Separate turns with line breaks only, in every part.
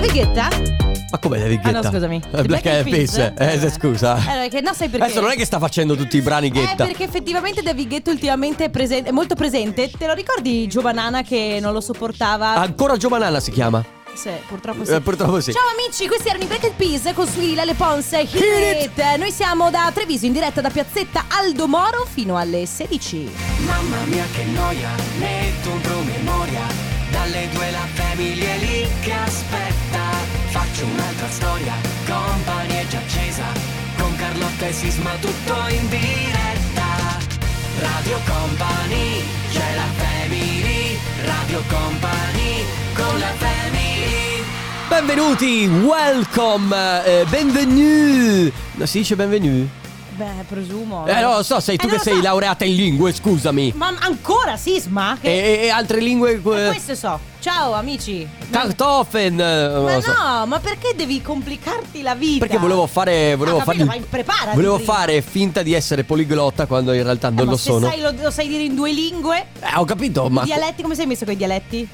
Vighetta?
Ma come la vighetta?
Ah, no, scusami.
Eh, Black Eyed Peas. Eh, se scusa.
Eh, perché- no, sai perché?
Adesso non è che sta facendo tutti i brani
Eh,
ghetta.
perché effettivamente David Ghetto ultimamente è, presen- è molto presente. Te lo ricordi Giovanana che non lo sopportava?
Ancora Giovanana si chiama.
Sì, purtroppo sì.
Ah. Eh, purtroppo sì.
Ciao amici, questi erano i Black Eyed Peas con Suila, Le Ponce, Hit It. Noi siamo da Treviso in diretta da Piazzetta Aldo Moro fino alle 16.
Mamma mia che noia, metto un promemoria Dalle due la famiglia è lì che aspetta Faccio un'altra storia, company è già accesa Con Carlotta e Sisma tutto in diretta Radio Company, c'è la family Radio Company, con la family
Benvenuti, welcome, eh, benvenue. No, si dice benvenue?
Beh, presumo.
Eh, no, lo so, sei tu
Eh,
che
non lo
sei
so.
laureata in lingue, scusami.
Ma ancora Sisma?
E,
Che...
e- e altre lingue.
Eh,
Eh,
Questo so. Ciao amici.
Kartoffeln. eh, non
Ma
lo so.
no, ma perché devi complicarti la vita?
Perché volevo fare. Volevo,
Ah, capito,
fargli-
ma preparati
volevo
prima.
fare finta di essere poliglotta quando in realtà non
Eh, ma
lo
se
sono.
sai, lo, lo sai dire in due lingue?
Eh, ho capito, ma.
Dialetti, come sei messo con i dialetti?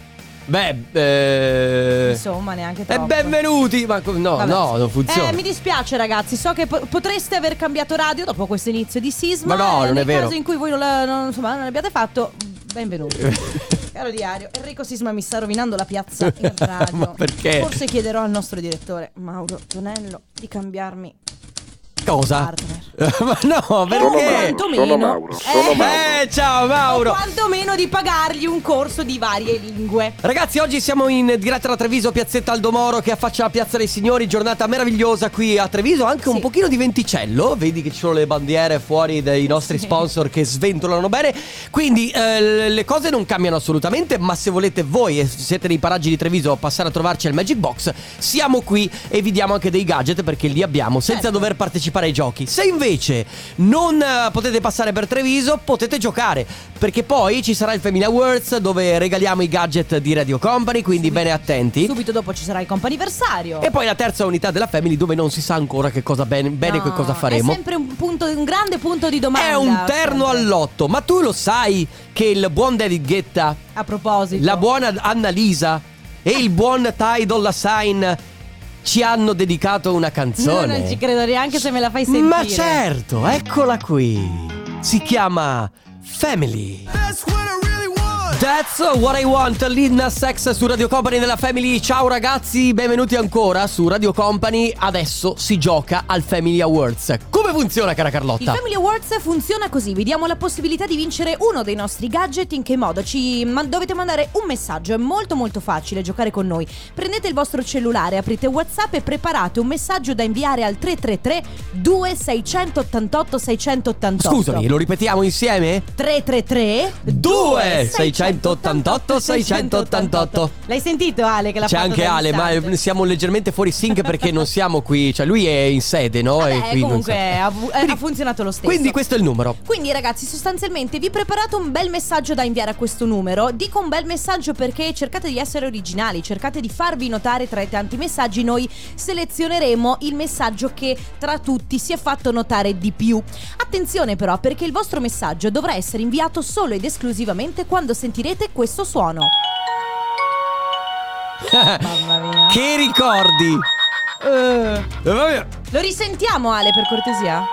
Beh, eh...
Insomma, neanche
E
troppo.
benvenuti! Ma co- no,
Vabbè.
no, non funziona.
Eh, mi dispiace ragazzi, so che po- potreste aver cambiato radio dopo questo inizio di sisma.
Ma no,
eh,
non è
nel
vero.
caso in cui voi non, la- non- insomma, non l'abbiate fatto, benvenuti. Caro diario, Enrico Sisma mi sta rovinando la piazza in radio.
Ma perché?
Forse chiederò al nostro direttore, Mauro Tonello, di cambiarmi
Cosa? ma no, perché?
quantomeno. Sono Mauro, sono
Eh, ciao Mauro!
O quantomeno di pagargli un corso di varie lingue.
Ragazzi, oggi siamo in diretta da Treviso, piazzetta Aldomoro che affaccia la Piazza dei Signori, giornata meravigliosa qui a Treviso, anche un
Sì.
pochino di venticello, vedi che ci sono le bandiere fuori dei nostri sponsor che sventolano bene, quindi eh, le cose non cambiano assolutamente, ma se volete voi e siete nei paraggi di Treviso passare a trovarci al Magic Box, siamo qui e vi diamo anche dei gadget perché li abbiamo senza
Certo.
dover partecipare ai giochi. Se invece non eh, potete passare per Treviso, potete giocare perché poi ci sarà il Femina Awards dove regaliamo i gadget di Radio Company, quindi bene attenti.
Subito dopo ci sarà il comp'anniversario.
E poi la terza unità della Family dove non si sa ancora che cosa bene, bene
No,
che cosa faremo.
È sempre un, punto, un grande punto di domanda.
È un terno
sempre.
all'otto, ma tu lo sai che il buon David Guetta,
A proposito,
la buona Annalisa e il buon Ty Dolla Sign ci hanno dedicato una
No,
canzone.
non ci credo neanche se me la fai sentire.
Ma certo, eccola qui. Si chiama Family. That's what I want, Lil Nas X su Radio Company della Family. Ciao ragazzi, benvenuti ancora su Radio Company. Adesso si gioca al Family Awards. Come funziona, cara
Il
Carlotta?
Family Awards funziona così, vi diamo la possibilità di vincere uno dei nostri gadget, in che modo? Ci ma- dovete mandare un messaggio, è molto molto facile giocare con noi. Prendete il vostro cellulare, aprite Whatsapp e preparate un messaggio da inviare al 333 2688 688.
Scusami, lo ripetiamo insieme?
333
688 688.
L'hai sentito Ale che l'ha
C'è
fatto
anche
da
Ale, ma
distante?
eh, siamo leggermente fuori sync perché non siamo qui, cioè lui è in sede, no?
Vabbè,
E qui non
comunque
sa-
ha, vu- eh,
Quindi-
ha funzionato lo stesso.
Quindi questo è il numero.
Quindi ragazzi, sostanzialmente vi preparate un bel messaggio da inviare a questo numero. Dico un bel messaggio perché cercate di essere originali, cercate di farvi notare tra i tanti messaggi. Noi selezioneremo il messaggio che tra tutti si è fatto notare di più. Attenzione però perché il vostro messaggio dovrà essere inviato solo ed esclusivamente quando sentirete questo suono. Mamma mia.
Che ricordi?
Eh,
Eh, vabbè.
lo risentiamo Ale per cortesia?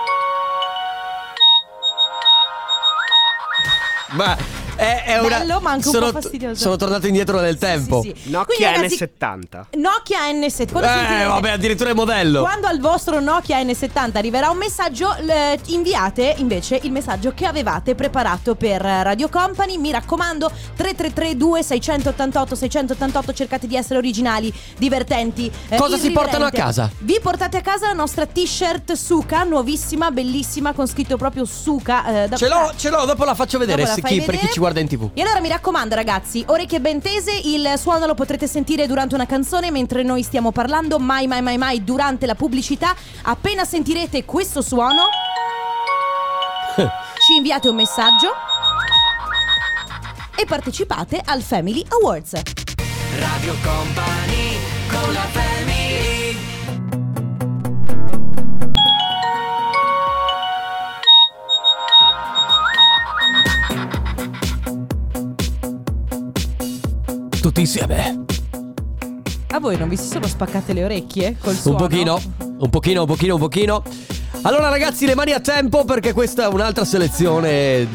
Ma è, è una.
Bello, ma anche un
sono,
po' fastidioso.
Sono tornato indietro nel tempo.
Sì, sì, sì. Quindi,
Nokia
ragazzi,
N70.
Nokia N70. Quando
Eh,
sentirete-
vabbè, addirittura il modello.
Quando al vostro Nokia N70 arriverà un messaggio, l- inviate invece il messaggio che avevate preparato per eh, Radio Company. Mi raccomando, 3332 688 688, cercate di essere originali, divertenti. eh,
Cosa si
irriverenti.
portano a casa?
Vi portate a casa la nostra t-shirt Suka, nuovissima, bellissima, con scritto proprio Suka. eh, da-
Ce l'ho, ce l'ho, dopo la faccio vedere,
Dopo la
se
fai
chi- per
vedere.
chi ci guarda in tv.
E allora mi raccomando ragazzi, orecchie ben tese, il suono lo potrete sentire durante una canzone mentre noi stiamo parlando, mai mai mai mai durante la pubblicità. Appena sentirete questo suono ci inviate un messaggio e partecipate al Family Awards.
Radio Company, con la family
Tutti insieme.
A voi non vi si sono spaccate le orecchie col
Un
suono?
pochino, un pochino, un pochino, un pochino. Allora ragazzi, le mani a tempo perché questa è un'altra selezione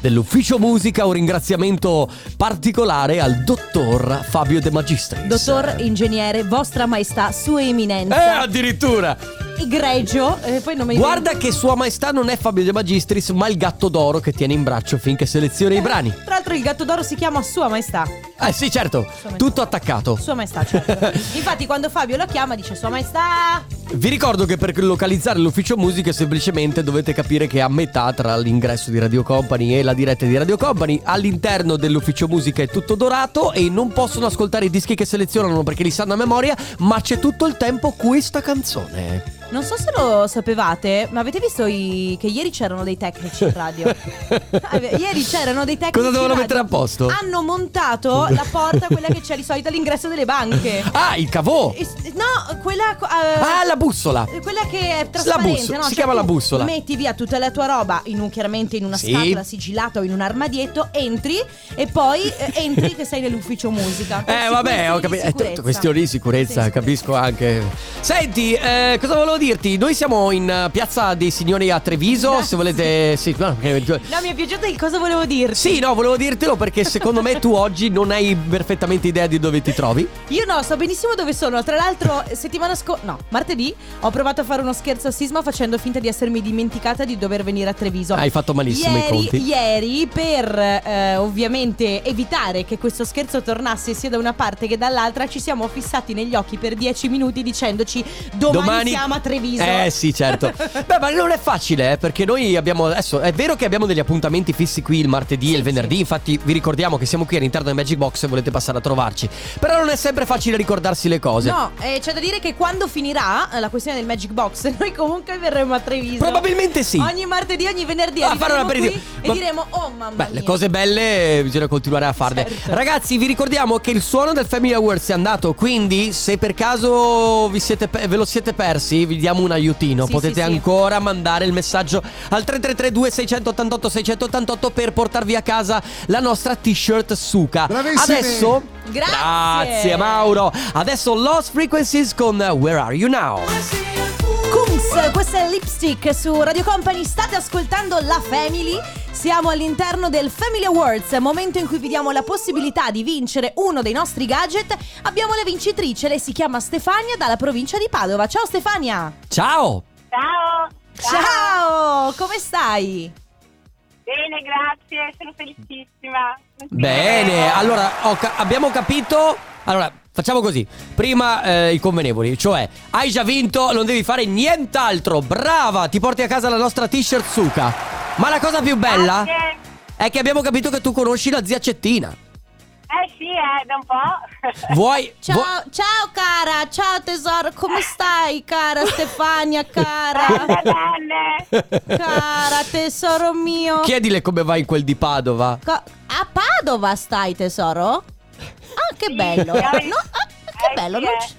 dell'ufficio musica, un ringraziamento particolare al dottor Fabio De Magistris.
Dottor ingegnere, vostra maestà, sua
Eh,
eminenza,
addirittura!
egregio, eh, poi non mi
Guarda che sua maestà non è Fabio De Magistris, ma il gatto d'oro che tiene in braccio finché seleziona i brani.
Tra l'altro il gatto d'oro si chiama sua maestà.
Eh sì, certo, tutto attaccato.
Sua maestà, certo. Infatti quando Fabio lo chiama dice sua maestà.
Vi ricordo che per localizzare l'ufficio musica semplicemente dovete capire che è a metà tra l'ingresso di Radio Company e la diretta di Radio Company, all'interno dell'ufficio musica è tutto dorato e non possono ascoltare i dischi che selezionano perché li sanno a memoria, ma c'è tutto il tempo questa canzone.
Non so se lo sapevate, ma avete visto i- che ieri c'erano dei tecnici in radio? Ah, beh, ieri c'erano dei tecnici.
Cosa dovevano
in radio.
mettere a posto?
Hanno montato la porta, quella che c'è di solito all'ingresso delle banche.
Ah, il cavò!
E s- No, quella. co- eh,
Ah, la bussola!
Quella che è trasparente,
La bussola,
no? Cioè,
si chiama
tu
la bussola.
Metti via tutta la tua roba, in un- chiaramente in una
Sì.
scatola sigillata o in un armadietto, entri e poi eh, entri che sei nell'ufficio musica. Per
Eh vabbè, ho
questioni di
capito, è tutto
sicurezza.
questione di
Sì,
sicurezza,
sicurezza.
capisco anche. Senti, eh, cosa volevo dirti? Noi siamo in eh, Piazza dei Signori a Treviso, se volete... Sì, no, che-
No, mi è piaciuto il cosa volevo dirti.
Sì, no, volevo dirtelo perché secondo me tu oggi non hai perfettamente idea di dove ti trovi.
Io no, so benissimo dove sono. Tra l'altro, settimana scorsa, no, martedì, ho provato a fare uno scherzo a sisma facendo finta di essermi dimenticata di dover venire a Treviso.
Hai fatto malissimo
ieri,
i conti.
Ieri, per eh, ovviamente evitare che questo scherzo tornasse sia da una parte che dall'altra, ci siamo fissati negli occhi per 10 minuti dicendoci domani, siamo a Treviso.
Eh sì, certo. Beh, ma non è facile, eh, perché noi abbiamo adesso è vero che abbiamo degli appuntamenti fissi qui il martedì e il venerdì, infatti vi ricordiamo che siamo qui all'interno del Magic Box se volete passare a trovarci. Però non è sempre facile ricordarsi le cose.
No, eh, c'è da dire che quando finirà eh, la questione del Magic Box, noi comunque verremo a Treviso.
Probabilmente sì.
Ogni martedì, ogni venerdì
A fare un
arriveremo qui
aperitivo.
e
Ma-
diremo "Oh mamma
Beh,
mia".
le cose belle bisogna continuare a farle.
Certo.
Ragazzi, vi ricordiamo che il suono del Family Awards è andato, quindi se per caso vi siete pe- ve lo siete persi, vi diamo un aiutino.
Sì,
Potete
sì, sì.
ancora mandare il messaggio al 3332 688 688 per portarvi a casa la nostra t-shirt Suka.
Bravissimi.
Adesso
Grazie.
Grazie Mauro. Adesso Lost Frequencies con Where Are You Now?
Kungs, questo è Lipstick su Radio Company, state ascoltando la Family. Siamo all'interno del Family Awards, momento in cui vi diamo la possibilità di vincere uno dei nostri gadget. Abbiamo la vincitrice, lei si chiama Stefania dalla provincia di Padova. Ciao Stefania!
Ciao.
Ciao.
Ciao! Come stai?
Bene, grazie, sono felicissima. Non ti
Bene,
credo.
allora ho ca- abbiamo capito. Allora, facciamo così. Prima eh, i convenevoli, cioè hai già vinto, non devi fare nient'altro. Brava, ti porti a casa la nostra t-shirt Suka. Ma la cosa più bella
Grazie.
è che abbiamo capito che tu conosci la zia Cettina.
Eh sì, eh, da un po'.
Vuoi
Ciao,
vuoi-
ciao cara, ciao tesoro, come stai cara Stefania,
Bene,
cara?
bene.
Cara tesoro mio.
chiedile come va in quel di Padova?
Co- a Padova stai tesoro? Ah che bello No, ah, Che
Eh,
bello
sì,
non
eh.
ci,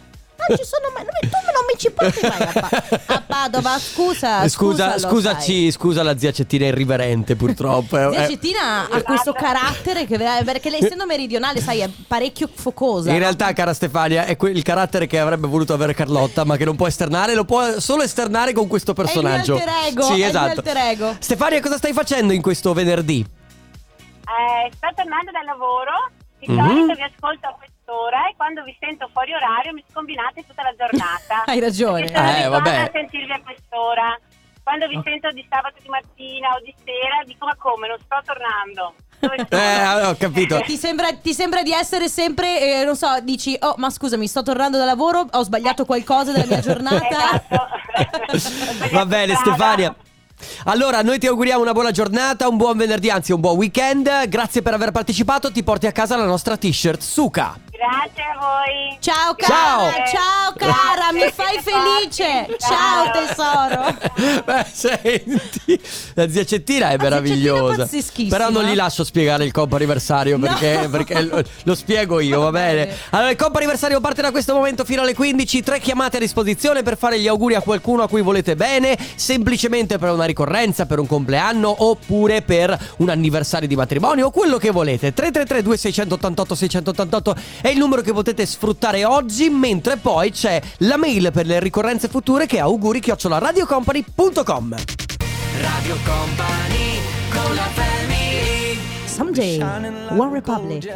non ci sono mai non mi- Tu non mi ci porti mai a, Pa- a Padova Scusa
Eh, scusa,
scusa, lo sai.
scusaci, scusa la zia Cettina irriverente purtroppo. eh,
Zia
eh.
Cettina
Esatto.
ha questo carattere che, perché lei essendo meridionale sai è parecchio focosa
In realtà, cara Stefania, è que- il carattere che avrebbe voluto avere Carlotta, ma che non può esternare, lo può solo esternare con questo
mio
personaggio.
alter ego, è il
sì,
mio
esatto.
alter ego.
Stefania, cosa stai facendo in questo venerdì?
Eh, sto tornando dal lavoro, di
Mhm.
solito vi ascolto a quest'ora e quando vi sento fuori orario mi scombinate tutta la giornata.
Hai ragione.
Perché sono
Eh,
abituata
vabbè. Oh.
a sentirvi a quest'ora. Quando vi sento di sabato di mattina o di sera dico ma come, non sto tornando. Dove sono?"
Eh, ho capito.
ti sembra, ti sembra di essere sempre, eh, non so, dici, oh ma scusami, sto tornando da lavoro, ho sbagliato qualcosa della mia giornata.
Esatto.
Va bene, Stefania. Allora, noi ti auguriamo una buona giornata, un buon venerdì, anzi un buon weekend. Grazie per aver partecipato. Ti porti a casa la nostra t-shirt Suka.
Grazie a voi.
Ciao
Ciao.
cara, ciao, cara, mi fai felice. Ciao tesoro.
Beh, senti, la zia Cettina
zia Cettina
è meravigliosa.
è pazzeschissima.
Però non gli lascio spiegare il compo anniversario perché,
No.
perché lo, lo spiego io, va
Va bene.
bene. Allora, il compo anniversario parte da questo momento fino alle 15. Tre chiamate a disposizione per fare gli auguri a qualcuno a cui volete bene, semplicemente per una ricorrenza, per un compleanno oppure per un anniversario di matrimonio o quello che volete. 333 2688 688 è il numero che potete sfruttare oggi, mentre poi c'è la mail per le ricorrenze future che è auguri-radiocompany.com
Radio Company con la family
Someday, One Republic.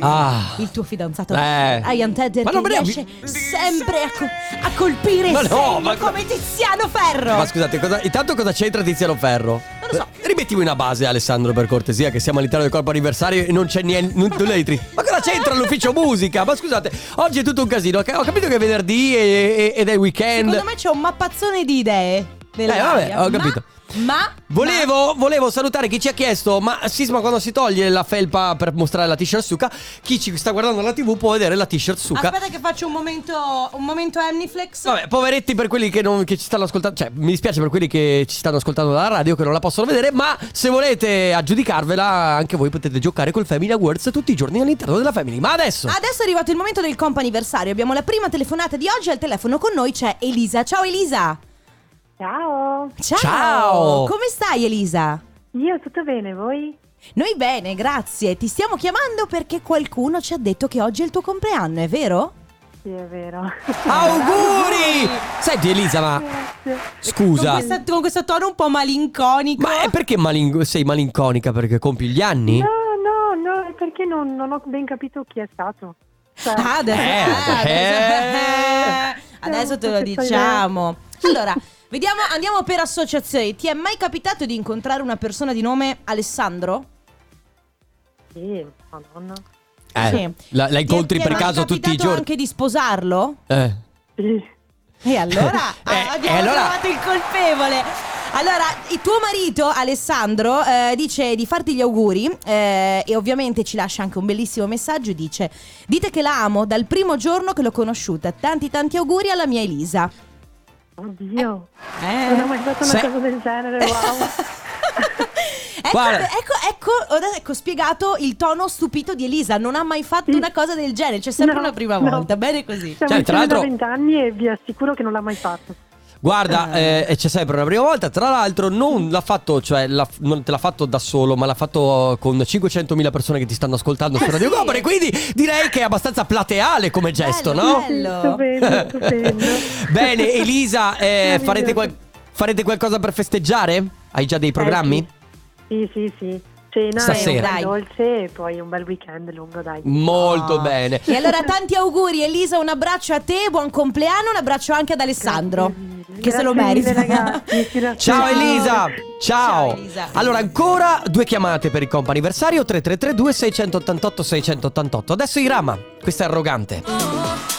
Ah,
Il tuo fidanzato
Eh.
Ian Tedder
Ma non
che
me ne-
riesce sempre a, co- a colpire
Ma
il
no,
segno
ma-
come Tiziano Ferro.
ma scusate, cosa- intanto cosa c'entra Tiziano Ferro?
Non lo so.
Eh, Rimettiamo una base Alessandro per cortesia che siamo all'interno del corpo anniversario e non c'è niente, non, nulla di triste. Ma cosa c'entra l'ufficio musica? Ma scusate, oggi è tutto un casino, ok? ho capito che è venerdì e- e- ed è weekend.
Secondo me c'è un mappazzone di idee. nella
Eh, vabbè,
gabbia.
ho capito.
Ma, ma-
Volevo, volevo salutare chi ci ha chiesto, ma Sisma quando si toglie la felpa per mostrare la t-shirt suca, chi ci sta guardando la tv può vedere la t-shirt
ma-
suca.
Aspetta che faccio un momento, un momento Amniflex.
Vabbè, poveretti per quelli che, non- che ci stanno ascoltando, cioè mi dispiace per quelli che ci stanno ascoltando dalla radio che non la possono vedere, ma se volete aggiudicarvela anche voi potete giocare col Family Awards tutti i giorni all'interno della Family. Ma adesso...
Adesso è arrivato il momento del comp anniversario. Abbiamo la prima telefonata di oggi. Al telefono con noi c'è Elisa. Ciao Elisa.
Ciao,
Ciao.
Ciao.
Come stai Elisa?
io tutto bene, voi?
Noi bene, grazie. Ti stiamo chiamando perché qualcuno ci ha detto che oggi è il tuo compleanno, è vero?
Sì, è vero.
Auguri! Senti Elisa, ma
Grazie.
scusa,
Con, questa- con questo tono un po' malinconico.
ma è perché malin- sei malinconica perché compi gli anni?
No, no, no, è perché non, non ho ben capito chi è stato. Cioè,
Ah, adesso, eh,
Eh, eh.
adesso- adesso te lo
Questa storia-
diciamo. Allora, vediamo, andiamo per associazioni. Ti è mai capitato di incontrare una persona di nome Alessandro?
Sì, madonna.
Eh, La, la
Ti è-
incontri
ti è
per
mai
caso tutti i
capitato
giorni?
anche di sposarlo?
Eh.
Sì,
E allora
Eh,
ah, abbiamo
e allora-
trovato il colpevole. Allora, il tuo marito Alessandro eh, dice di farti gli auguri eh, e ovviamente ci lascia anche un bellissimo messaggio. Dice: Dite che la amo dal primo giorno che l'ho conosciuta. Tanti, tanti auguri alla mia Elisa.
oddio. Non ho
Eh.
mai fatto
Se-
una cosa del genere, wow.
Ecco,
Guarda.
ecco, ecco, ora ecco spiegato il tono stupito di Elisa. Non ha mai fatto una cosa del genere. C'è sempre
No,
una prima
no.
volta. Bene così.
Stiamo
Cioè, tra
insieme
l'altro-
da vent'anni e vi assicuro che non l'ha mai fatto.
Guarda,
Eh.
eh, e c'è sempre una prima volta. Tra l'altro, non l'ha fatto, cioè, l'ha- non te l'ha fatto da solo, ma l'ha fatto con 500.000 persone che ti stanno ascoltando su
Eh,
Radio
sì.
Company. Quindi direi che è abbastanza plateale come gesto,
Bello,
no?
bello.
Stupendo, stupendo.
Bene, Elisa, eh, farete, qual- farete qualcosa per festeggiare? Hai
Eh,
già dei programmi?
Sì, Eh, sì, sì. Cena
Stasera. Mm.
e
Dai.
un dolce e poi un bel weekend lungo, dai.
Molto
Ah.
bene.
E allora tanti auguri Elisa, un abbraccio a te, buon compleanno, un abbraccio anche ad Alessandro
Grazie mille.
che se lo
Grazie mille,
merita.
ragazzi, ti lascio-
Ciao Elisa, ciao.
Ciao, Elisa.
Allora ancora due chiamate per il comp anniversario 3332 688 688. Adesso Irama, questa è arrogante.
Oh,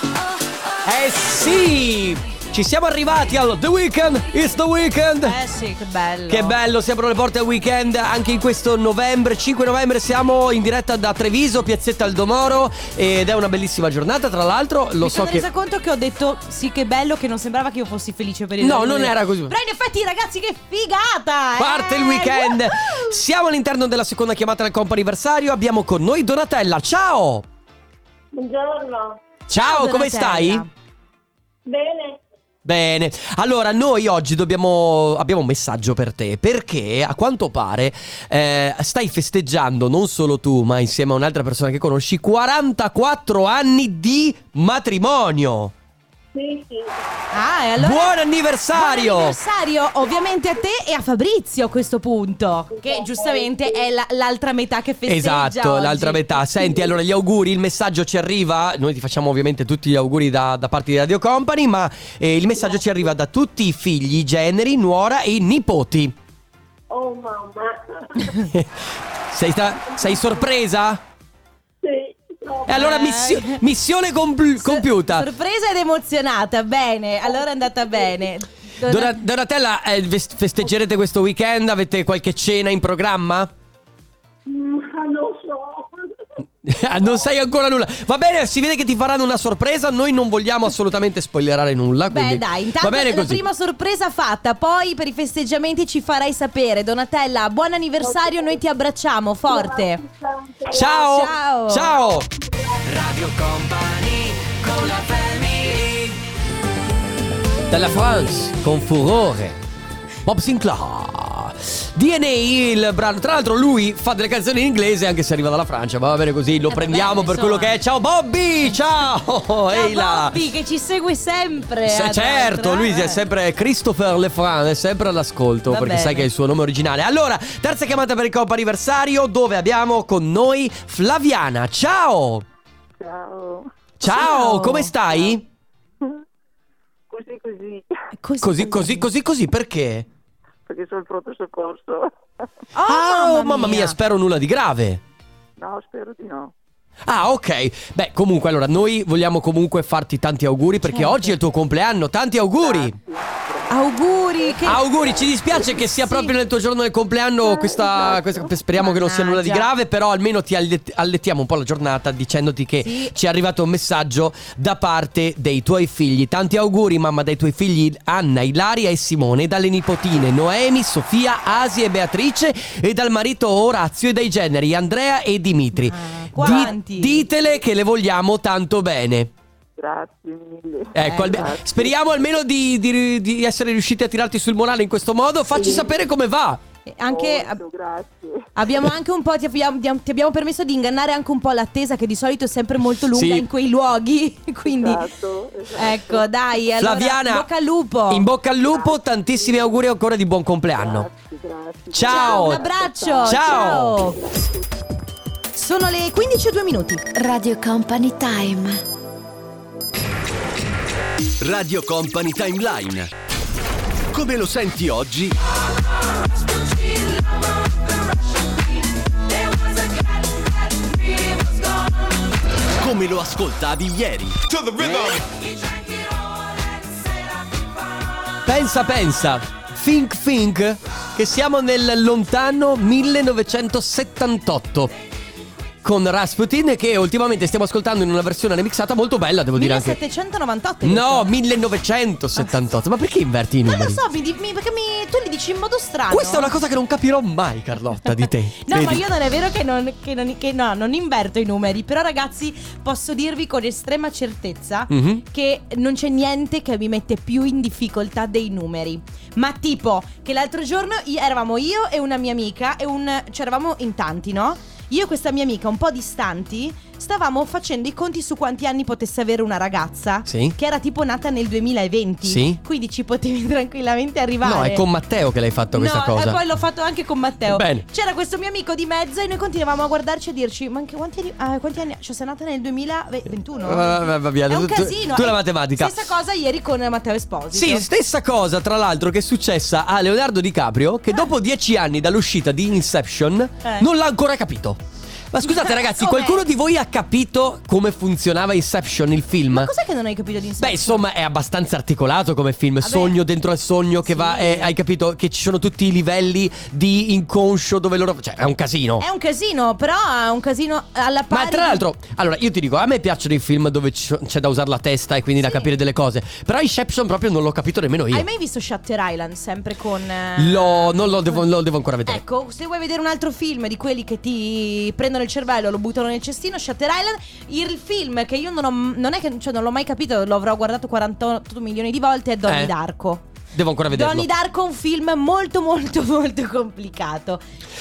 Eh sì! Ci siamo arrivati al The Weekend, it's the weekend.
Eh sì, che bello.
Che bello, si aprono le porte al weekend anche in questo novembre, 5 novembre siamo in diretta da Treviso, Piazzetta Aldomoro ed è una bellissima giornata, tra l'altro lo
Mi
so
sono
che...
resa conto che ho detto sì che bello che non sembrava che io fossi felice per il
No,
lavoro.
non era così.
Però in effetti ragazzi che figata! eh!
Parte il weekend.
Woohoo!
Siamo all'interno della seconda chiamata del compo anniversario. Abbiamo con noi Donatella. Ciao!
Buongiorno.
Ciao,
Ciao,
Oh, come
Donatella.
stai?
Bene.
Bene, allora noi oggi dobbiamo, abbiamo un messaggio per te perché a quanto pare eh, stai festeggiando non solo tu ma insieme a un'altra persona che conosci 44 anni di matrimonio.
Sì, sì.
Ah, e allora
Buon anniversario!
Buon anniversario ovviamente a te e a Fabrizio a questo punto, che giustamente è la- l'altra metà che festeggia
Esatto,
oggi.
l'altra metà. Senti, allora gli auguri, il messaggio ci arriva. Noi ti facciamo ovviamente tutti gli auguri da, da parte di Radio Company, ma eh, il messaggio ci arriva da tutti i figli, i generi, nuora e i nipoti.
Oh mamma.
Sei, sta- sei sorpresa?
Sì.
E allora missio- missione compl-
Sor-
compiuta.
Sorpresa ed emozionata, bene, allora è andata bene. Dona-
Dona- Donatella, eh, ves- festeggerete questo weekend? Avete qualche cena in programma?
Mm, Non so.
Ah, non sai ancora nulla. Va bene, si vede che ti faranno una sorpresa. Noi non vogliamo assolutamente spoilerare nulla.
Beh
quindi-
dai, intanto
Va bene
la
così.
prima sorpresa fatta, poi per i festeggiamenti ci farai sapere. Donatella, buon anniversario, noi ti abbracciamo forte.
Ciao!
Ciao.
Ciao!
Radio Company con la family
Dalla France, con furore. Bob Sinclair. DNA, il brano. Tra l'altro, lui fa delle canzoni in inglese anche se arriva dalla Francia. Ma va bene così, lo
Eh, va
prendiamo
bene,
per quello
insomma.
che è. Ciao, Bobby! Ciao! Ehi là!
Bobby che ci segue sempre.
Se-
eh, tra
certo,
l'altro,
lui
eh.
è sempre Christopher Lefran, è sempre all'ascolto
Va
perché
bene.
sai che è il suo nome originale. Allora, terza chiamata per il Coppa Anniversario dove abbiamo con noi Flaviana. Ciao!
Ciao.
Ciao,
Ciao.
come stai?
Così così,
Così,
Così, così, così, così, perché?
perché sono pronto soccorso.
Oh,
ah, oh, mamma mia, spero nulla di grave.
No, spero di no.
Ah, ok. Beh, comunque, allora, noi vogliamo comunque farti tanti auguri perché
Certo.
oggi è il tuo compleanno. Tanti auguri!
Auguri. Che...
Auguri, ci dispiace che sia
Sì.
proprio nel tuo giorno del compleanno questa, questa- speriamo che non sia nulla di
Mannaggia.
grave, però almeno ti alle- allettiamo un po' la giornata dicendoti che
Sì.
ci è arrivato un messaggio da parte dei tuoi figli. Tanti auguri mamma dai tuoi figli Anna, Ilaria e Simone, dalle nipotine Noemi, Sofia, Asi e Beatrice e dal marito Orazio e dai generi Andrea e Dimitri.
Ah,
Di-
quanti?
ditele che le vogliamo tanto bene.
Grazie mille.
Eh,
Ecco, alme-
grazie.
speriamo almeno di, di- di essere riusciti a tirarti sul morale in questo modo. Facci sapere come va.
Eh, Anche
Molto, grazie.
Abbiamo anche un po', ti abbiamo, ti abbiamo permesso di ingannare anche un po' l'attesa che di solito è sempre molto lunga
Sì.
in quei luoghi, quindi
Esatto, esatto.
ecco dai, allora,
Flaviana,
in bocca al lupo.
In bocca al lupo, tantissimi auguri ancora di buon compleanno.
Grazie, grazie.
Ciao.
Un abbraccio,
Ciao.
ciao. Sono le 15 e 2 minuti.
Radio Company Time.
Radio Company Timeline. Come lo senti oggi? Come lo ascoltavi ieri?
Pensa, pensa. Think, think. Che siamo nel lontano 1978. Con Rasputin, che ultimamente stiamo ascoltando in una versione remixata molto bella, devo dire anche.
1798. hai
No,
detto?
1978. Ma perché inverti i
non
numeri?
lo so, mi di- mi- perché mi- tu li dici in modo strano.
Questa è una cosa che non capirò mai, Carlotta, di te.
Ah, No, ma
Vedi?
io non è vero che, non, che non- che no, non inverto i numeri, però ragazzi posso dirvi con estrema certezza
Mhm.
che non c'è niente che mi mette più in difficoltà dei numeri. Ma tipo che l'altro giorno i- eravamo io e una mia amica e un... cioè eravamo in tanti, no? Io e questa mia amica un po' distanti stavamo facendo i conti su quanti anni potesse avere una ragazza
Sì.
che era tipo nata nel 2020.
Sì.
Quindi ci potevi tranquillamente arrivare.
No, è con Matteo che l'hai fatto questa
no,
cosa.
e poi l'ho fatto anche con Matteo.
Bene.
C'era questo mio amico di mezzo e noi continuavamo a guardarci e dirci: Ma anche quanti, ah, quanti anni? Cioè, sei nata nel 2021?
Va- va- va via,
È un
tu- tu-
casino.
tu la
È
matematica.
Stessa cosa ieri con Matteo Esposito.
Sì, stessa cosa tra l'altro che è successa a Leonardo DiCaprio che dopo dieci anni dall'uscita di Inception
Eh.
non l'ha ancora capito. Ma scusate ragazzi,
Come?
qualcuno di voi ha capito come funzionava Inception il film?
Ma cos'è che non hai capito di
Beh,
insieme?
insomma, è abbastanza articolato come film. Sogno dentro al sogno che
Sì.
va. eh, hai capito? Che ci sono tutti i livelli di inconscio dove loro. Cioè, è un casino.
È un casino, però è un casino alla pari.
Ma tra l'altro, allora io ti dico, a me piacciono i film dove ci- c'è da usare la testa e quindi da
Sì.
capire delle cose. Però Inception proprio non l'ho capito nemmeno io.
Hai mai visto Shutter Island sempre con. eh,
Lo, non lo devo, lo devo ancora vedere.
Ecco, se vuoi vedere un altro film di quelli che ti prendono il cervello, lo buttano nel cestino, Shutter Island, il film che io non, ho, non è che cioè, non l'ho mai capito, lo avrò guardato 48 milioni di volte, è Donnie
Eh.
Darko.
Devo ancora vederlo.
Donnie Darko è un film molto molto molto complicato.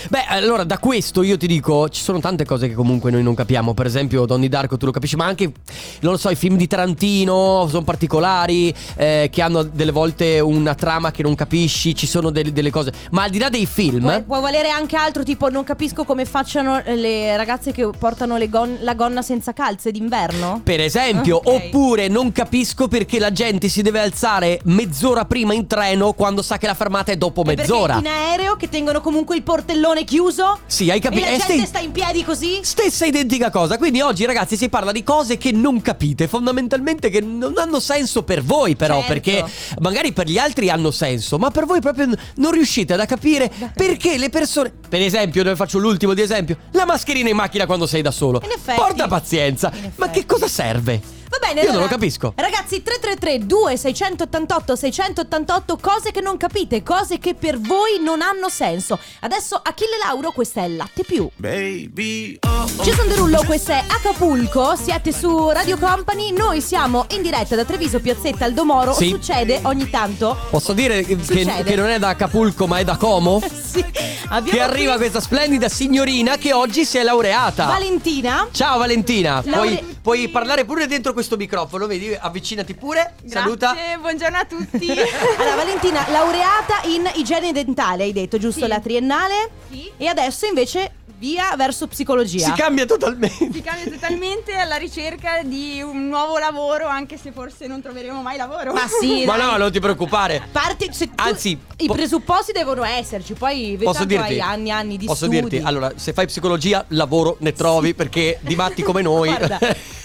Beh, allora da questo io ti dico, ci sono tante cose che comunque noi non capiamo. Per esempio, Donnie Darko tu lo capisci, ma anche, non lo so, i film di Tarantino sono particolari, eh, che hanno delle volte una trama che non capisci, ci sono del- delle cose. Ma al di là dei film...
Può, può valere anche altro, tipo non capisco come facciano le ragazze che portano le gon- la gonna senza calze d'inverno.
Per esempio,
Ok.
oppure non capisco perché la gente si deve alzare mezz'ora prima in treno quando sa che la fermata è dopo
E
mezz'ora.
Perché in aereo che tengono comunque il portellone chiuso?
Sì, hai capito?
E la
Eh,
gente
ste-
sta in piedi così?
Stessa identica cosa, quindi oggi ragazzi si parla di cose che non capite, fondamentalmente che non hanno senso per voi però,
Certo.
perché magari per gli altri hanno senso, ma per voi proprio n- non riuscite ad capire perché le persone, per esempio, ne faccio l'ultimo di esempio, la mascherina in macchina quando sei da solo.
In effetti.
Porta pazienza,
In
ma
effetti.
che cosa serve?
Va bene,
Io non
allora,
lo capisco.
Ragazzi, 333 2688 688 cose che non capite, cose che per voi non hanno senso. Adesso Achille Lauro, questa è Latte più.
Baby, oh,
Jason Derulo, questa è Acapulco, siete su Radio Company, noi siamo in diretta da Treviso Piazzetta al Domoro,
Sì.
succede ogni tanto.
Posso dire che,
Succede.
che non è da Acapulco ma è da Como?
Sì. Abbiamo
Che arriva
qui
questa splendida signorina che oggi si è laureata.
Valentina.
Ciao Valentina,
Laure-
puoi, puoi parlare pure dentro questo microfono, vedi? Avvicinati pure, saluta.
buongiorno a tutti.
Allora, Valentina, laureata in igiene dentale, hai detto, giusto?
Sì.
La triennale.
Sì.
E adesso invece via verso psicologia.
Si cambia totalmente.
Si cambia totalmente alla ricerca di un nuovo lavoro, anche se forse non troveremo mai lavoro.
Ma sì.
Ma
dai.
no, non ti preoccupare.
Parti, se tu-
Anzi,
i
po-
presupposti devono esserci, poi
Posso
tanto
dirti?
hai anni e anni di
posso
studi.
dirti, allora, se fai psicologia, lavoro ne trovi perché di matti come noi.
Guarda,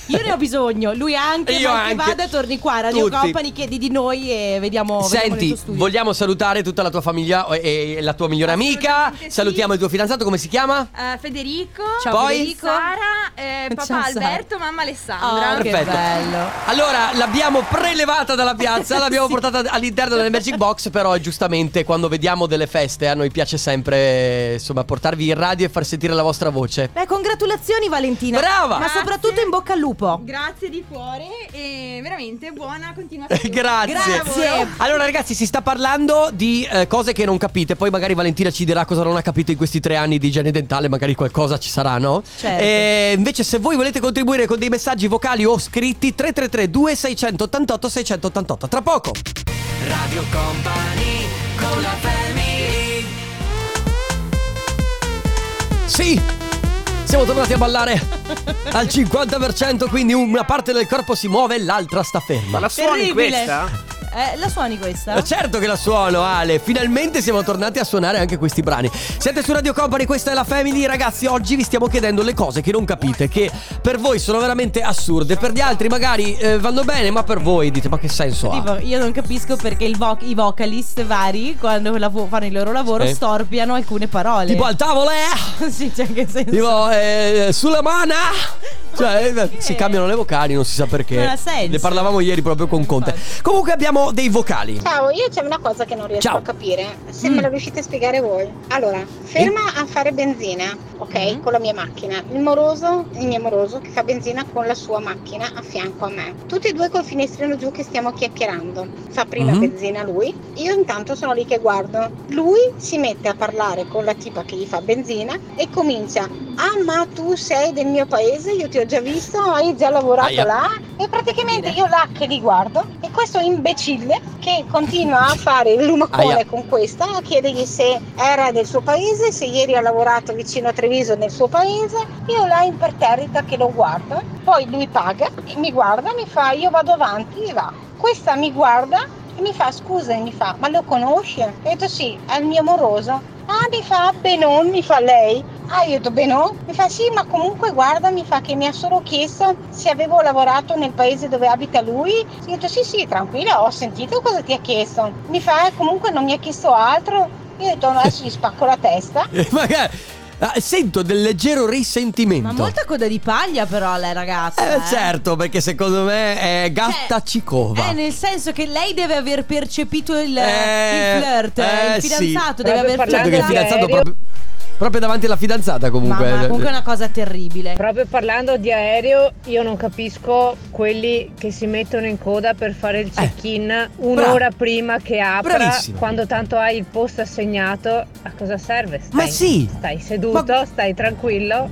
io ne ho bisogno, lui anche,
Io
ma che
anche.
vada torni qua, Radio
Tutti.
Company, chiedi di noi e vediamo, vediamo il
Senti,
tuo studio.
vogliamo salutare tutta la tua famiglia e e la tua migliore amica.
Assolutamente sì.
Salutiamo il tuo fidanzato, come si chiama?
Eh, Federico,
Ciao,
Poi?
Federico.
Sara, eh, papà
Ciao, Sara.
Alberto, mamma
Ah,
Alessandra.
che
Perfetto.
bello.
Allora, l'abbiamo prelevata dalla piazza, l'abbiamo portata all'interno delle Magic Box, però giustamente quando vediamo delle feste a noi piace sempre insomma portarvi in radio e far sentire la vostra voce.
Beh, congratulazioni Valentina.
Brava!
Ma
Grazie.
soprattutto in bocca al lupo.
Grazie di cuore e veramente buona continuazione.
Eh, Grazie.
Grazie.
Allora ragazzi si sta parlando di eh, cose che non capite, poi magari Valentina ci dirà cosa non ha capito in questi tre anni di igiene dentale, magari qualcosa ci sarà, no?
Certo.
Eh, invece se voi volete contribuire con dei messaggi vocali o scritti 333 2688 688, tra poco.
Radio Company con la family
Sì! Siamo tornati a ballare al 50%, quindi una parte del corpo si muove e l'altra sta ferma.
La suoni
Terribile.
questa?
Eh, la suoni questa?
Ma certo che la suono, Ale. Finalmente siamo tornati a suonare anche questi brani. Siete su Radio Company, questa è la Family. Ragazzi, oggi vi stiamo chiedendo le cose che non capite, che per voi sono veramente assurde. Per gli altri magari eh, vanno bene, ma per voi dite, ma che senso ha?
Tipo, io non capisco perché il vo- i vocalist vari, quando lavo- fanno il loro lavoro,
Sì.
storpiano alcune parole.
Tipo al tavolo, eh?
sì, c'è anche senso.
Tipo, eh, sulla mana. Cioè, eh, si cambiano le vocali, non si sa perché.
Non ha senso.
Ne parlavamo ieri proprio con Conte. Comunque abbiamo dei vocali.
Ciao, io c'è una cosa che non riesco
Ciao.
a capire, se me la riuscite a spiegare voi. Allora, ferma a fare benzina, ok, con la mia macchina. Il moroso, il mio moroso che fa benzina con la sua macchina a fianco a me. Tutti e due col finestrino giù che stiamo chiacchierando. Fa prima
Mhm.
benzina lui, io intanto sono lì che guardo. Lui si mette a parlare con la tipa che gli fa benzina e comincia Ah, ma tu sei del mio paese, io ti ho già visto, hai già lavorato
Aia.
là. E praticamente io là che li guardo e questo imbecille che continua a fare il
Aia.
lumacone con questa, a chiedergli se era del suo paese, se ieri ha lavorato vicino a Treviso nel suo paese. Io là imperterrita che lo guardo, poi lui paga, e mi guarda, mi fa io vado avanti e va. Questa mi guarda e mi fa scusa, e mi fa ma lo conosci? Io ho detto sì, è il mio moroso. Ah, mi fa Benon, mi fa lei. Ah, io ho detto Benon. Mi fa sì, ma comunque guarda, mi fa che mi ha solo chiesto se avevo lavorato nel paese dove abita lui. Io ho detto sì, sì, tranquilla, ho sentito cosa ti ha chiesto. Mi fa "Eh, comunque non mi ha chiesto altro. Io ho detto "No, adesso gli spacco la testa.
Eh, Magari. ah, Sento del leggero risentimento.
Ma molta coda di paglia però lei ragazza.
Eh, certo, perché secondo me è gatta
Cioè,
cicova.
Eh, nel senso che lei deve aver percepito il,
Eh,
il flirt,
eh,
il fidanzato
sì.
deve aver
certo che il
percepito.
fidanzato proprio, proprio davanti alla fidanzata comunque.
Mamma, comunque è una cosa terribile.
Proprio parlando di aereo, io non capisco quelli che si mettono in coda per fare
Eh,
il check-in un'ora prima che apra,
Bravissima.
quando tanto hai il posto assegnato. A cosa serve? Stai,
Ma sì.
Stai seduto,
Ma-
stai tranquillo.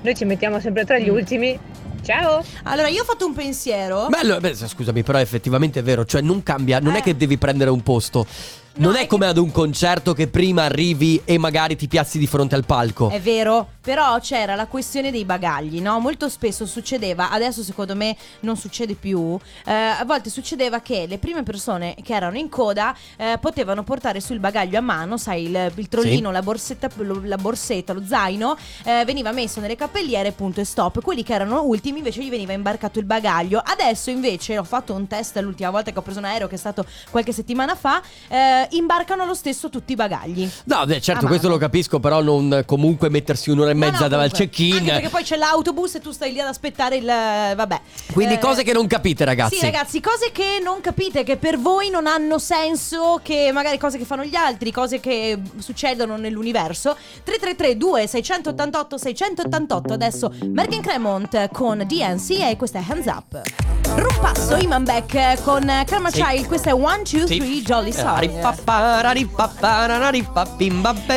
Noi ci mettiamo sempre tra gli ultimi. Ciao!
Allora, io ho fatto un pensiero.
Bello, beh, scusami, però effettivamente è vero, cioè non cambia, non è
Eh.
che devi prendere un posto. Non è, come ad un concerto che prima arrivi e magari ti piazzi di fronte al palco.
È vero, però c'era la questione dei bagagli, no? Molto spesso succedeva, adesso secondo me non succede più, eh, a volte succedeva che le prime persone che erano in coda eh, potevano portare sul bagaglio a mano, sai, il, il trollino, la, borsetta, lo, la borsetta, lo zaino, eh, veniva messo nelle cappelliere, punto e stop. Quelli che erano ultimi invece gli veniva imbarcato il bagaglio. Adesso invece, ho fatto un test l'ultima volta che ho preso un aereo, che è stato qualche settimana fa, eh, imbarcano lo stesso tutti i bagagli.
No, beh, certo,
Ah, ma-
questo lo capisco, però non comunque mettersi un'ora e
No,
mezza
no,
davanti al
comunque. Anche
check-in.
perché poi c'è l'autobus e tu stai lì ad aspettare il. Vabbè.
Quindi
Eh,
cose che non capite, ragazzi.
Sì, ragazzi, cose che non capite, che per voi non hanno senso, che magari cose che fanno gli altri, cose che succedono nell'universo. 333 688 688 adesso Mergen Cremont con DNC e questa è Hands Up. Rumpasso Iman Beck con Karma
Sì.
Child, questa è 1, 2, 3,
Eh,
Jolly Sorry. È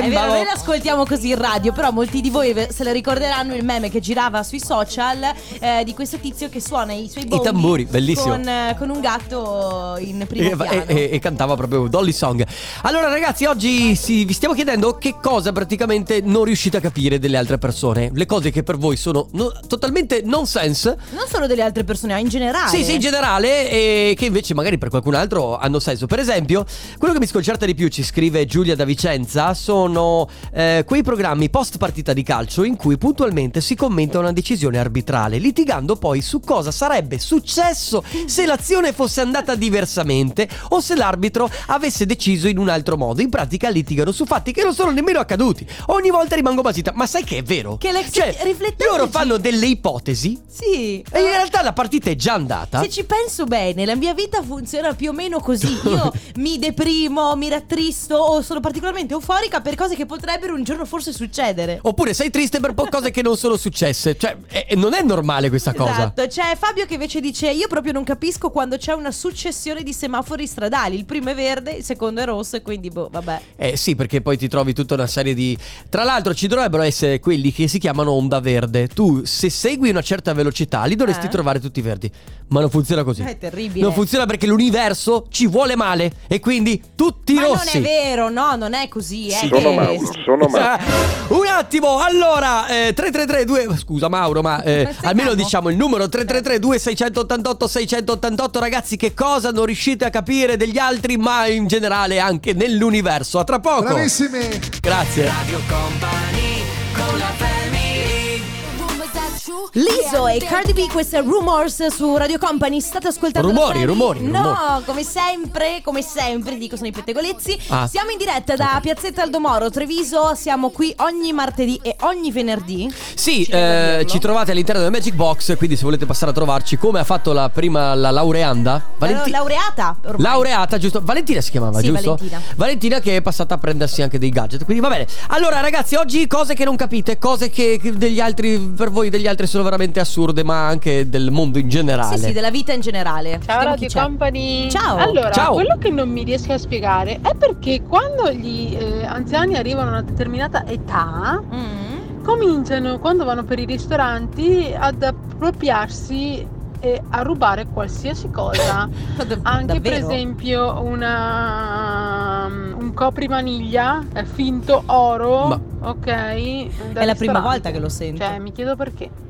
vero, noi
È
l'ascoltiamo così in radio, però molti di voi ve- se le ricorderanno il meme che girava sui social eh, di questo tizio che suona i suoi bombi
tamburi, bellissimo. Eh,
Con, eh, con un gatto in primo
e,
piano.
e- e cantava proprio Dolly Song. Allora, ragazzi, oggi sì, vi stiamo chiedendo che cosa praticamente non riuscite a capire delle altre persone. Le cose che per voi sono no- totalmente nonsense.
Non solo delle altre persone, ma in generale.
Sì, sì, in generale, e che invece magari per qualcun altro hanno senso. Per esempio, quello che mi sconcerta di più, ci scrive Giulia da Vicenza, sono eh, quei programmi post partita di calcio in cui puntualmente si commenta una decisione arbitrale, litigando poi su cosa sarebbe successo se l'azione fosse andata diversamente o se l'arbitro avesse deciso in un altro modo. In pratica litigano su fatti che non sono nemmeno accaduti. Ogni volta rimango basita. Ma sai che è vero?
Che le-
cioè,
riflettendoci-
loro fanno delle ipotesi
Sì.
e Eh, in realtà la partita è già andata.
Se ci penso bene, la mia vita funziona più o meno così. Io mi deprimo, mi rattristo o sono particolarmente euforica per cose che potrebbero un giorno forse succedere.
Oppure sei triste per po- cose che non sono successe. Cioè, è- è- non è normale questa cosa.
Esatto, c'è Fabio che invece dice io proprio non capisco quando c'è una successione di semafori stradali, il primo è verde, il secondo è rosso e quindi boh, vabbè.
Eh sì, perché poi ti trovi tutta una serie di. Tra l'altro, ci dovrebbero essere quelli che si chiamano onda verde. Tu, se segui una certa velocità, li dovresti
Eh.
trovare tutti verdi. Ma non funziona così.
È terribile.
Non funziona perché l'universo ci vuole male. E quindi tutti
Ma
rossi.
non è vero, no, non è così, eh.
Sono
che-
Mauro, sono Mauro.
Eh, Un attimo, allora, eh, 3332, scusa Mauro, ma eh,
Ma sei
almeno
calmo?
diciamo il numero 3332 688 688, ragazzi che cosa non riuscite a capire degli altri, ma in generale anche nell'universo. A tra poco. Grazie.
Liso e Cardi B, questa è Rumors su Radio Company, state ascoltando
Rumori,
la Family?
rumori,
No,
rumori.
come sempre, come sempre, dico sono i pettegolezzi
Ah.
Siamo in diretta da Piazzetta Aldomoro, Treviso, siamo qui ogni martedì e ogni venerdì
Sì, eh, ci trovate all'interno del Magic Box, quindi se volete passare a trovarci, come ha fatto la prima la laureanda,
Ero
Valentina.
Laureata ormai.
Laureata, giusto? Valentina si chiamava,
Sì,
giusto?
Valentina.
Valentina che è passata a prendersi anche dei gadget. Quindi va bene. Allora, ragazzi, oggi cose che non capite, cose che che degli altri, per voi degli altri sono veramente assurde, ma anche del mondo in generale.
Sì, sì, della vita in generale
Ciao
Vediamo chi
Radio
c'è.
Company.
Ciao.
Allora,
Ciao.
quello che non mi riesco a spiegare è perché quando gli eh, anziani arrivano a una determinata età,
Mm.
cominciano quando vanno per i ristoranti ad appropriarsi e a rubare qualsiasi cosa.
Ma dav-
Anche per
Cioè, davvero?
esempio una un coprimaniglia eh, finto oro,
Ma-
ok?
È la prima volta che lo sento.
Cioè, mi chiedo perché.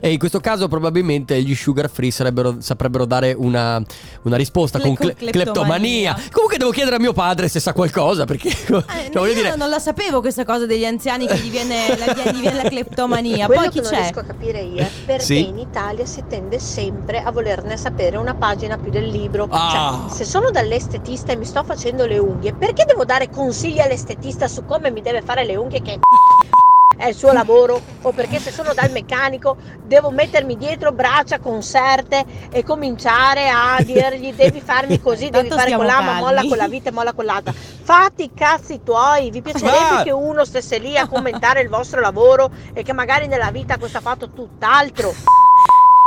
E in questo caso probabilmente gli sugar free sarebbero- saprebbero dare una, una risposta
Cle-
con
con
cle- cleptomania.
cleptomania.
Comunque devo chiedere a mio padre se sa qualcosa perché... cioè,
Eh,
voglio
io
dire...
non la sapevo questa cosa degli anziani che gli viene la, gli viene la cleptomania. Poi chi c'è?
capire io è
perché Sì. in
Italia si tende sempre a volerne sapere una pagina più del libro. Cioè,
Ah.
se sono dall'estetista e mi sto facendo le unghie, perché devo dare consigli all'estetista su come mi deve fare le unghie che è il suo lavoro o perché se sono dal meccanico devo mettermi dietro braccia concerte e cominciare a dirgli devi farmi così, devi
Tanto
fare
stiamo
colà, ma
calmi.
molla con la vita, e molla con l'altra. Fatti i cazzi tuoi, vi piacerebbe
Ah.
che uno stesse lì a commentare il vostro lavoro e che magari nella vita questo ha fatto tutt'altro.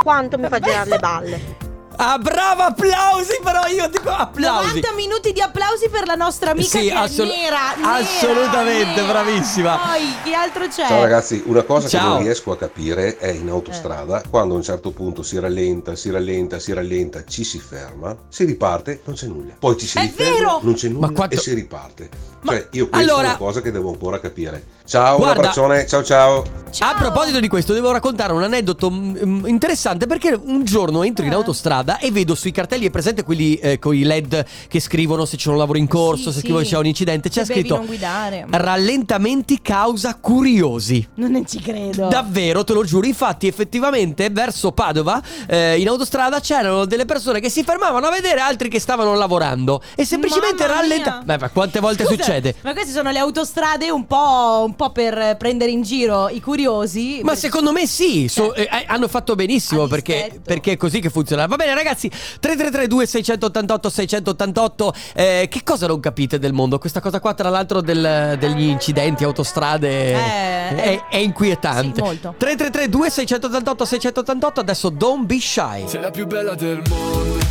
Quanto mi fa girare le balle.
Ah, brava, applausi però io dico applausi.
90 minuti di applausi per la nostra amica
Sì,
che
assol-
è nera, nera,
assolutamente,
nera.
bravissima.
Poi che altro c'è?
Eh.
Ciao ragazzi, una cosa
Ciao.
che non riesco a capire è in autostrada
Eh.
quando a un certo punto si rallenta, si rallenta, si rallenta, ci si ferma, si riparte, non c'è nulla. Poi ci si
È
riferma,
vero!
non c'è nulla
quanto-
e si riparte.
Ma-
Cioè, io questa
Allora-
è una cosa che devo ancora capire. Ciao,
Guarda-
un abbraccione, ciao ciao.
Ciao.
A proposito di questo, devo raccontare un aneddoto mm, interessante perché un giorno entro in
Eh.
autostrada e vedo sui cartelli, è presente quelli con i LED che scrivono se c'è un lavoro in corso,
Eh Sì,
se
sì.
scrivono c'è un incidente, c'è
Se bevi
scritto
non guidare.
rallentamenti causa curiosi.
Non ne ci credo.
Davvero, te lo giuro. Infatti, effettivamente, verso Padova, eh, in autostrada c'erano delle persone che si fermavano a vedere altri che stavano lavorando e semplicemente
Mamma
rallentavano.
mia.
Beh, ma quante volte
Scusa,
succede?
Ma queste sono le autostrade un po', un po' per eh, prendere in giro i curiosi.
Ma
Perché-
secondo me sì, so- eh, eh, hanno fatto benissimo
a
perché,
dispetto.
perché è così che funziona. Va bene ragazzi, 3332 688 688, eh, che cosa non capite del mondo? Questa cosa qua, tra l'altro, del- degli incidenti autostrade è, è inquietante.
Eh. sì, molto.
3332 688 688, adesso don't be shy.
Sei la più bella del mondo.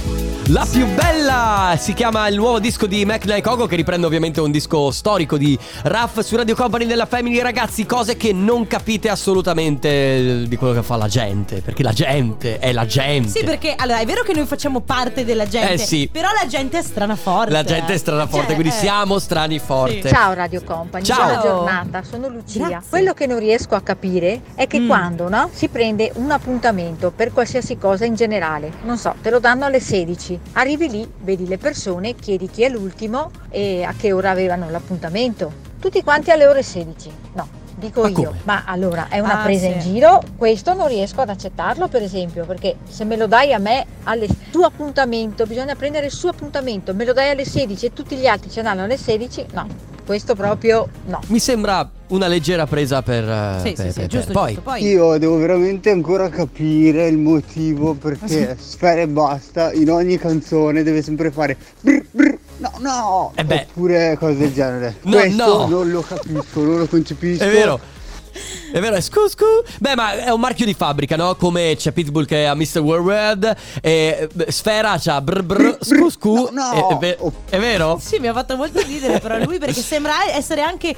La più bella si chiama il nuovo disco di Mac Kogo che riprende ovviamente un disco storico di Raff su Radio Company della Family. Ragazzi, cose che non capite assolutamente eh, di quello che fa la gente, perché la gente è la gente.
Sì, perché allora è vero che noi facciamo parte della gente,
Eh, sì.
però la gente è strana forte.
La gente è strana forte,
Cioè,
quindi
eh.
siamo strani forte.
Ciao Radio Company,
Ciao.
buona giornata, sono Lucia.
Grazie.
Quello che non riesco a capire è che
Mm.
quando no, si prende un appuntamento per qualsiasi cosa in generale, non so, te lo danno alle 16, arrivi lì, vedi le persone, chiedi chi è l'ultimo e a che ora avevano l'appuntamento, tutti quanti alle ore 16, no. Dico
Ma
io,
come?
ma allora è una
Ah,
presa
sì.
in giro? Questo non riesco ad accettarlo, per esempio, perché se me lo dai a me al tuo appuntamento, bisogna prendere il suo appuntamento, me lo dai alle 16 e tutti gli altri ce l'hanno alle 16, no, questo proprio no.
Mi sembra una leggera presa per... eh,
Sì, sì,
per-
sì,
per-
giusto,
per- Poi,
Io devo veramente ancora capire il motivo perché Sfera e Basta in ogni canzone deve sempre fare brr, brr, no no oppure cose del genere.
Eh No,
Questo
no.
non lo capisco, non lo concepisco.
È vero. È vero, è scu scu. Beh, ma è un marchio di fabbrica, no? Come c'è Pitbull che ha Mr. Worldwide e eh, Sfera c'ha brr brr scu scu.
no.
È, è ve- è vero?
Sì, mi ha fatto molto ridere però lui perché sembra essere anche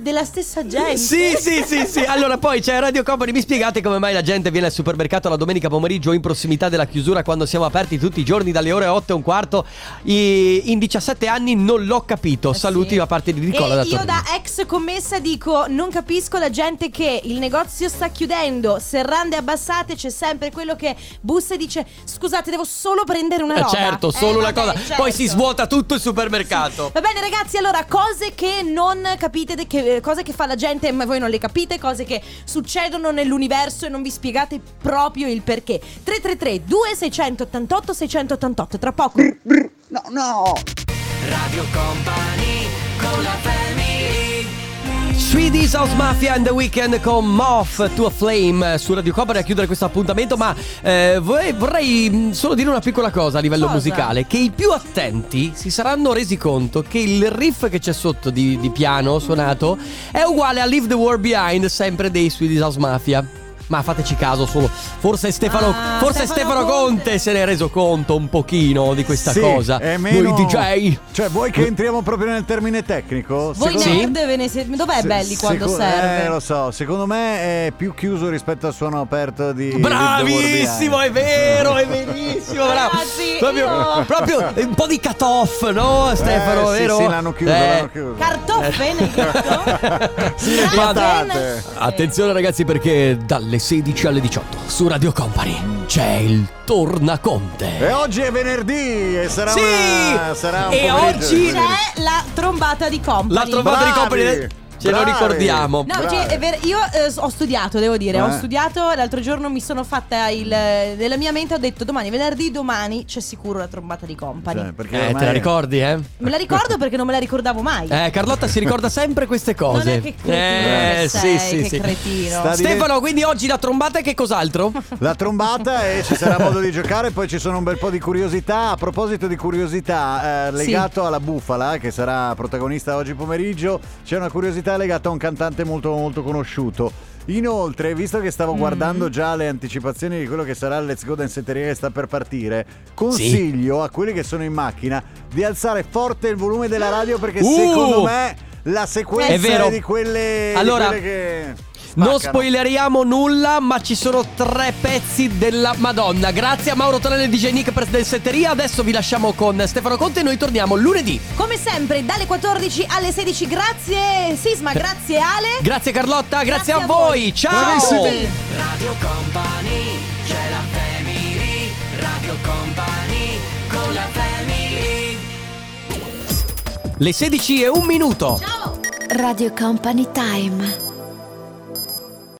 della stessa gente.
Sì, sì, sì, sì. Allora, poi c'è Radio Company. Mi spiegate come mai la gente viene al supermercato la domenica pomeriggio in prossimità della chiusura quando siamo aperti tutti i giorni dalle ore 8 e un quarto? I- In 17 anni non l'ho capito. Saluti da parte di Nicola da
Eh, e io
Torino.
da ex commessa dico non capisco la gente che il negozio sta chiudendo, serrande abbassate, c'è sempre quello che bussa e dice "Scusate, devo solo prendere una
Eh,
roba".
certo, solo
Eh,
una
vabbè,
cosa.
certo.
Poi si svuota tutto il supermercato.
Va bene ragazzi, allora cose che non capite, de- che- eh, cose che fa la gente ma voi non le capite, cose che succedono nell'universo e non vi spiegate proprio il perché. 333 2688 688 tra poco.
No, no.
Radio Company con la family.
Swedish House Mafia and the Weekend con Moth to a Flame eh, su Radio Cobra a chiudere questo appuntamento, ma eh, vorrei, vorrei, mh, solo dire una piccola cosa a livello
Cosa?
musicale, che i più attenti si saranno resi conto che il riff che c'è sotto di, di piano suonato è uguale a Leave the World Behind, sempre dei Swedish House Mafia. Ma fateci caso solo, forse Stefano,
Ah,
forse
Stefano
Stefano Conte. se ne è reso conto un pochino di questa
Sì,
cosa.
è meno-
Noi DJ.
Cioè, vuoi che entriamo proprio nel termine tecnico?
Voi
Secondo-
nerd ve ne siete... Dov'è
Se-
belli quando
seco-
serve?
Eh, lo so, secondo me è più chiuso rispetto al suono aperto di
Bravissimo, è vero, è benissimo, bravo. proprio,
io-
proprio un po' di cut off, no, Stefano?
Eh, sì,
vero?
sì, l'hanno chiuso, l'hanno chiuso.
Cartoffe
Sì,
patate.
Attenzione ragazzi perché dalle 16 alle 18 su Radio Company c'è il Tornaconte.
E oh, oggi è venerdì e sarà
Sì!
una- sarà un
E
pomeriggio
oggi-
di-
C'è la trombata di company.
La trovata di Company eh, ce lo
bravi.
ricordiamo.
No, cioè, è vero, io eh, ho studiato, devo dire, ho
Oh, Eh.
studiato, l'altro giorno mi sono fatta il... eh, nella mia mente ho detto domani, è venerdì, domani c'è sicuro la trombata di company.
Eh,
perché
te
ormai-
la ricordi, eh?
Me la ricordo perché non me la ricordavo mai.
Eh, Carlotta si ricorda sempre queste cose.
Non è che cretino
eh,
che
sì,
sei,
sì,
che
sì.
cretino.
Sta divent-
Stefano, quindi oggi la trombata e che cos'altro?
La trombata e ci sarà modo di giocare, poi ci sono un bel po' di curiosità. A proposito di curiosità, eh,
Sì.
legato alla bufala, che sarà protagonista oggi pomeriggio, c'è una curiosità legata a un cantante molto molto conosciuto. Inoltre, visto che
Mm.
stavo guardando già le anticipazioni di quello che sarà il Let's Go Danceteria che sta per partire, consiglio a quelli che sono in macchina di alzare forte il volume della radio perché
Uh!
secondo me la sequenza
È
è,
vero.
di quelle, di
Allora,
quelle che
Non
spaccano.
spoileriamo nulla, ma ci sono tre pezzi della Madonna. Grazie a Mauro Tonello e DJ Nick per Densetteria. Adesso vi lasciamo con Stefano Conte e noi torniamo lunedì.
Come sempre, dalle 14 alle 16, grazie Sisma, grazie Ale.
Grazie Carlotta, grazie, a voi. Ciao!
Radio Company, c'è la family. Radio Company con la family.
Le 16 e un minuto.
Radio Company Time.